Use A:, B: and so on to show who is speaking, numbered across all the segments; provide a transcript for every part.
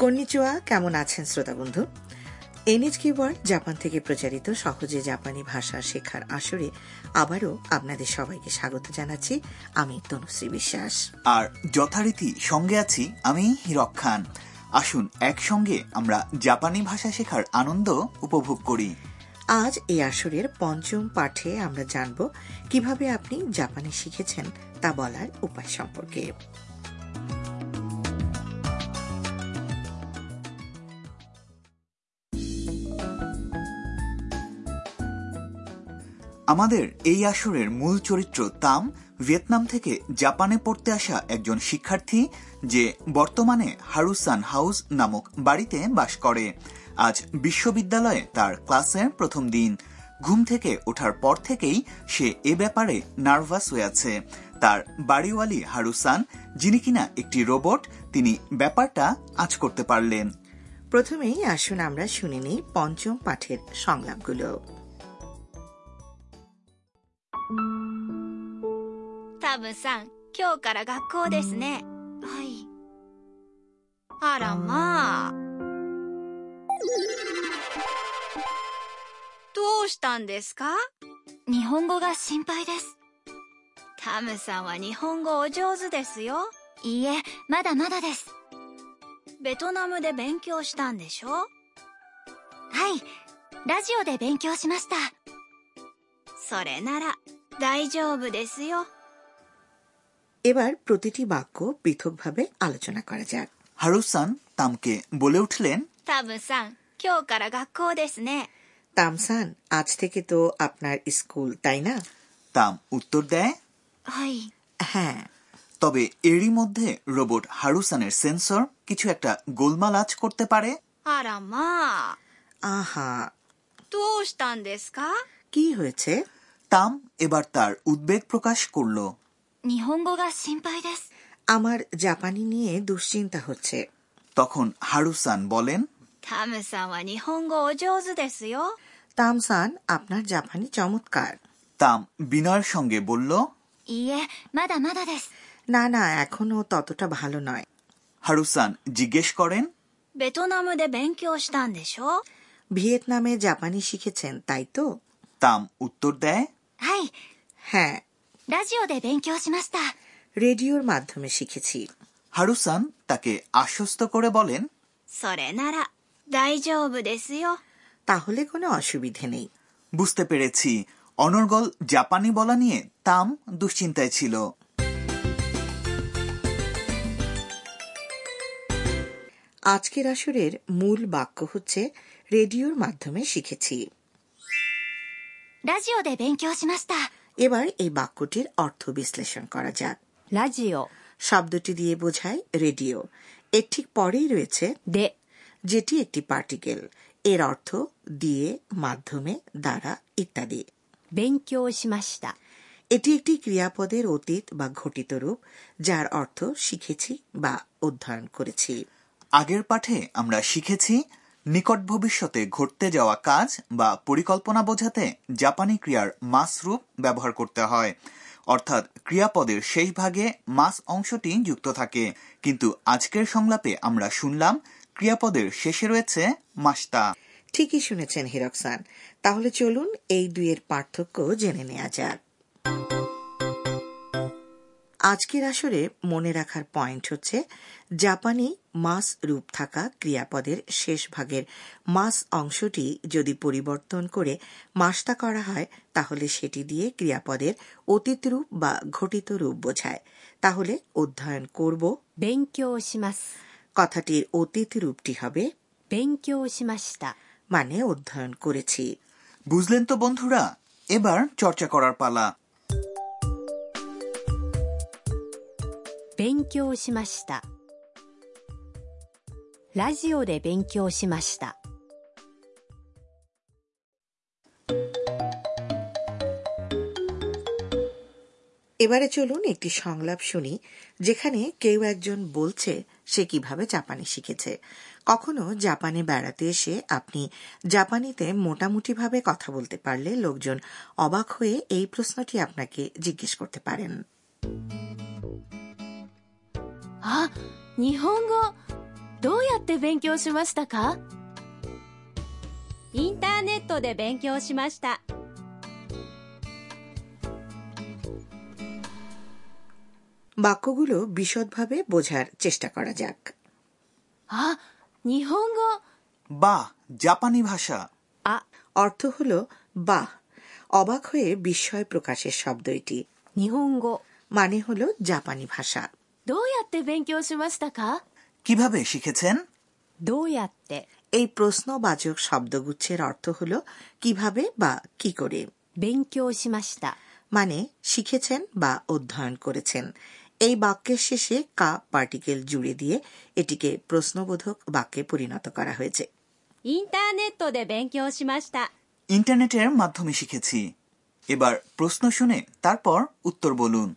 A: কন্নিচুয়া কেমন আছেন শ্রোতা বন্ধু এনএচ কিওয়ার্ড জাপান থেকে প্রচারিত সহজে জাপানি ভাষা শেখার আসরে আবারও আপনাদের সবাইকে স্বাগত জানাচ্ছি আমি তনুশ্রী বিশ্বাস
B: আর যথারীতি সঙ্গে আছি আমি হিরক খান আসুন একসঙ্গে আমরা জাপানি ভাষা শেখার আনন্দ উপভোগ করি
A: আজ এই আসরের পঞ্চম পাঠে আমরা জানব কিভাবে আপনি জাপানি শিখেছেন তা বলার উপায় সম্পর্কে
B: আমাদের এই আসরের মূল চরিত্র তাম ভিয়েতনাম থেকে জাপানে পড়তে আসা একজন শিক্ষার্থী যে বর্তমানে হারুসান হাউস নামক বাড়িতে বাস করে আজ বিশ্ববিদ্যালয়ে তার ক্লাসের প্রথম দিন ঘুম থেকে ওঠার পর থেকেই সে এ ব্যাপারে নার্ভাস হয়ে আছে তার বাড়িওয়ালি হারুসান যিনি কিনা একটি রোবট তিনি ব্যাপারটা আজ করতে পারলেন
A: প্রথমেই আসুন আমরা শুনে নিই পঞ্চম পাঠের সংলাপগুলো
C: タブさん、今日から学校ですね。はい。あらまあ。どうしたんですか日本語が心配です。タムさんは日本語お上手ですよ。いいえ、まだまだです。ベトナムで勉強したんでしょはい、ラジオで勉強しました。それなら大丈夫ですよ。
A: এবার প্রতিটি বাক্য পৃথকভাবে আলোচনা করা যাক
B: হারুসান তামকে বলে উঠলেন
C: タブさん、今日から学校ですね。
A: তামসান আজ থেকে তো আপনার স্কুল তাই না
B: তাম উত্তর দেয়
C: はい。
A: হ্যাঁ
B: তবে এরই মধ্যে রোবট হারুসানের সেন্সর কিছু একটা গোলমাল আজ করতে পারে
C: あらまあ。
A: আহা
C: どうしたんですか
A: কি হয়েছে
B: তাম এবার তার উদ্বেগ প্রকাশ করল
C: 日本語が心配です。
A: আমার জাপানি নিয়ে দুশ্চিন্তা হচ্ছে
B: তখন হারুসান বলেন
C: タムさんは日本語お上手ですよ。
A: তামসান আপনার জাপানি চমৎকার
B: তাম বিনয়ের সঙ্গে বলল
C: いいえ、まだまだです。
A: না না এখনো ততটা ভালো নয়
B: হারুসান জিজ্ঞেস করেন
C: ベトナムで勉強したんでしょは
A: ভিয়েতনামে জাপানি শিখেছেন তাই তো
B: তাম উত্তর দেয়
A: হ্যাঁ
C: い。ラジオで勉強しました。
A: রেডিওর মাধ্যমে শিখেছি
B: হারুসান তাকে আশ্বস্ত করে বলেন
C: それなら、大丈夫ですよ。
A: তাহলে কোনো অসুবিধে নেই
B: বুঝতে পেরেছি অনর্গল জাপানি বলা নিয়ে তাম দুশ্চিন্তায় ছিল
A: আজকের আসরের মূল বাক্য হচ্ছে রেডিওর মাধ্যমে শিখেছি
C: ラジオで勉強しました。
A: এবার এই বাক্যটির অর্থ বিশ্লেষণ করা যাক
C: ラジオ
A: শব্দটি দিয়ে বোঝায় রেডিও এর ঠিক পরেই রয়েছে
C: で
A: যেটি একটি পার্টিকেল এর অর্থ দিয়ে মাধ্যমে দ্বারা ইত্যাদি
C: 勉強しました。
A: এটি একটি ক্রিয়াপদের অতীত বা ঘটিত রূপ যার অর্থ শিখেছি বা অধ্যয়ন করেছি
B: আগের পাঠে আমরা শিখেছি নিকট ভবিষ্যতে ঘটতে যাওয়া কাজ বা পরিকল্পনা বোঝাতে জাপানি ক্রিয়ার মাস রূপ ব্যবহার করতে হয় অর্থাৎ ক্রিয়াপদের শেষ ভাগে মাস অংশটি যুক্ত থাকে কিন্তু আজকের সংলাপে আমরা শুনলাম ক্রিয়াপদের শেষে রয়েছে মাস্তা
A: ঠিকই শুনেছেন হিরকসান তাহলে চলুন এই দুইয়ের পার্থক্য জেনে নেওয়া যাক আজকের আসরে মনে রাখার পয়েন্ট হচ্ছে জাপানি মাস রূপ থাকা ক্রিয়াপদের শেষ ভাগের মাস অংশটি যদি পরিবর্তন করে মাসটা করা হয় তাহলে সেটি দিয়ে ক্রিয়াপদের অতীত রূপ বা ঘটিত রূপ বোঝায় তাহলে অধ্যয়ন করব
D: 勉強します。
A: কথাটির অতীত রূপটি হবে
D: 勉強しました。
A: মানে অধ্যয়ন করেছি
B: বুঝলেন তো বন্ধুরা এবার চর্চা করার পালা
D: 勉強しました。ラジオで勉強しました。
A: এবারে চলুন একটি সংলাপ শুনি যেখানে কেউ একজন বলছে সে কিভাবে জাপানি শিখেছে কখনো জাপানে বেড়াতে এসে আপনি জাপানিতে মোটামুটিভাবে কথা বলতে পারলে লোকজন অবাক হয়ে এই প্রশ্নটি আপনাকে জিজ্ঞেস করতে পারেন
D: あ、日本語、
E: どうやって勉強しましたか
F: インターネットで勉強しました
A: বাক্যগুলো বিশদভাবে বোঝার চেষ্টা করা যাক
E: あ、日本語。
B: বা জাপানি ভাষা
D: あ、
A: অর্থ হল বাহ অবাক হয়ে বিস্ময় প্রকাশের শব্দ এটি
D: 日本語。
A: মানে হল জাপানি ভাষা
E: どうやって勉強しましたか
B: কিভাবে শিখেছেন
D: どうやって、
A: এই প্রশ্নবাচক শব্দগুচ্ছের অর্থ হল কিভাবে বা কি করে
D: 勉強しました。
A: মানে শিখেছেন বা অধ্যয়ন করেছেন এই বাক্যের শেষে কা পার্টিকেল জুড়ে দিয়ে এটিকে প্রশ্নবোধক বাক্যে পরিণত করা হয়েছে
F: インターネットで勉強しました
B: ইন্টারনেটের মাধ্যমে শিখেছি এবার প্রশ্ন শুনে তারপর উত্তর বলুন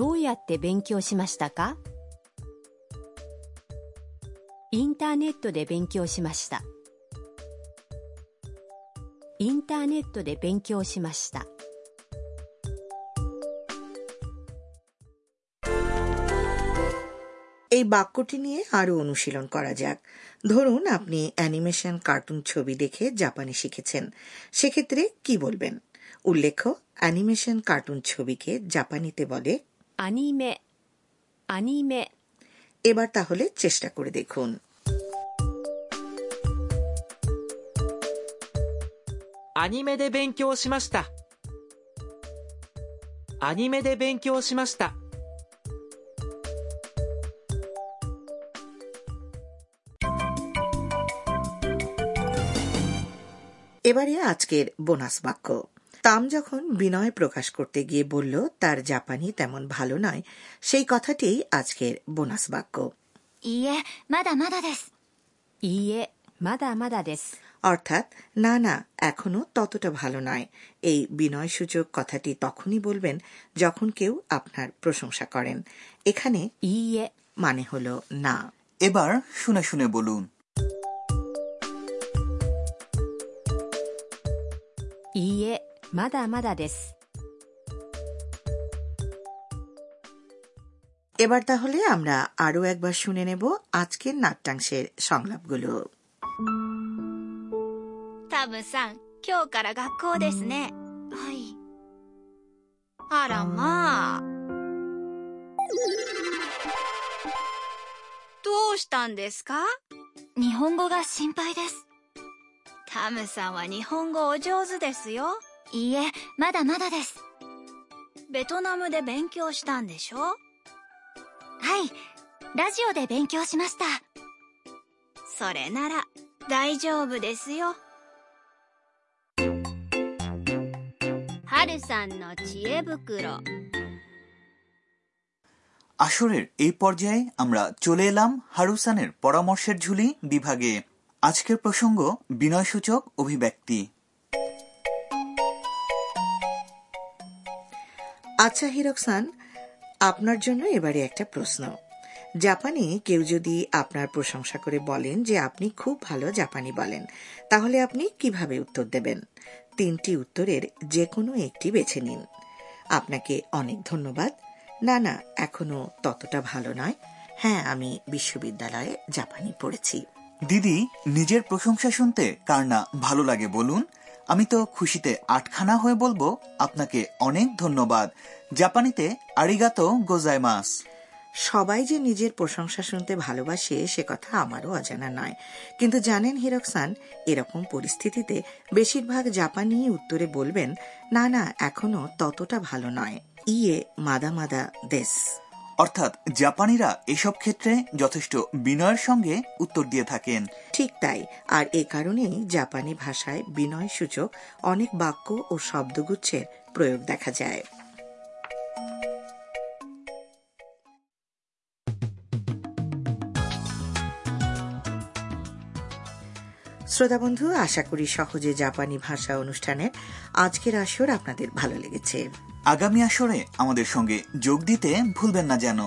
D: どうやって勉強しましたかインターネットで勉強しました。インターネットで勉強しました。
A: এই বাক্যটি নিয়ে আরও অনুশীলন করা যাক ধরুন আপনি অ্যানিমেশন কার্টুন ছবি দেখে জাপানি শিখেছেন সেক্ষেত্রে কি বলবেন উল্লেখ্য অ্যানিমেশন কার্টুন ছবিকে জাপানিতে বলে
D: アニメ、アニメ、
A: এবার তাহলে চেষ্টা করে দেখুন
G: アニメで勉強しました。アニメで勉強しました。
A: এবারে আজকের বোনাস বাক্য তাম যখন বিনয় প্রকাশ করতে গিয়ে বলল তার জাপানি তেমন ভালো নয় সেই কথাটি আজকের বোনাস বাক্য
C: いいえまだまだです
D: いいえ、まだまだです。
A: অর্থাৎ না না এখনো ততটা ভালো নয় এই বিনয়সূচক কথাটি তখনই বলবেন যখন কেউ আপনার প্রশংসা করেন এখানে
D: いいえ、
A: মানে হলো না
B: এবার শুনে শুনে বলুন
D: いいえ、まだまだです。
A: এবার তাহলে আমরা আরও একবার শুনে নেব আজকের নাট্যাংশের সংলাপগুলো
C: タムさん今日から学校ですねはいあらまあどうしたんですか日本語が心配ですタムさんは日本語お上手ですよいいえまだまだですベトナムで勉強したんでしょはいラジオで勉強しましたそれなら大丈夫ですよ
F: はるさんの知恵袋
B: আসরের এই পর্যায়ে আমরা চলে এলাম হারুসানের পরামর্শের ঝুলি বিভাগে আজকের প্রসঙ্গ বিনয়সূচক অভিব্যক্তি
A: আচ্ছা হিরকসান আপনার জন্য এবারে একটা প্রশ্ন জাপানি কেউ যদি আপনার প্রশংসা করে বলেন যে আপনি খুব ভালো জাপানি বলেন তাহলে আপনি কিভাবে উত্তর দেবেন তিনটি উত্তরের যে কোনো একটি বেছে নিন আপনাকে অনেক ধন্যবাদ না না এখনো ততটা ভালো নয় হ্যাঁ আমি বিশ্ববিদ্যালয়ে জাপানি পড়েছি
B: দিদি নিজের প্রশংসা শুনতে কার না ভালো লাগে বলুন আমি তো খুশিতে আটখানা হয়ে বলবো আপনাকে অনেক ধন্যবাদ জাপানিতে আরিগাতো গোজাইমাস
A: সবাই যে নিজের প্রশংসা শুনতে ভালোবাসে সে কথা আমারও অজানা নয় কিন্তু জানেন হিরকসান এরকম পরিস্থিতিতে বেশিরভাগ জাপানি উত্তরে বলবেন না না এখনো ততটা ভালো নয় ইয়ে মাদা মাদা দেশ
B: অর্থাৎ জাপানিরা এসব ক্ষেত্রে যথেষ্ট বিনয়ের সঙ্গে উত্তর দিয়ে থাকেন
A: ঠিক তাই আর এ কারণেই জাপানি ভাষায় বিনয়সূচক অনেক বাক্য ও শব্দগুচ্ছের প্রয়োগ দেখা যায় শ্রোতা বন্ধু আশা করি সহজে জাপানি ভাষা অনুষ্ঠানের আজকের আসর আপনাদের ভালো লেগেছে
B: আগামী আসরে আমাদের সঙ্গে যোগ দিতে ভুলবেন না যেন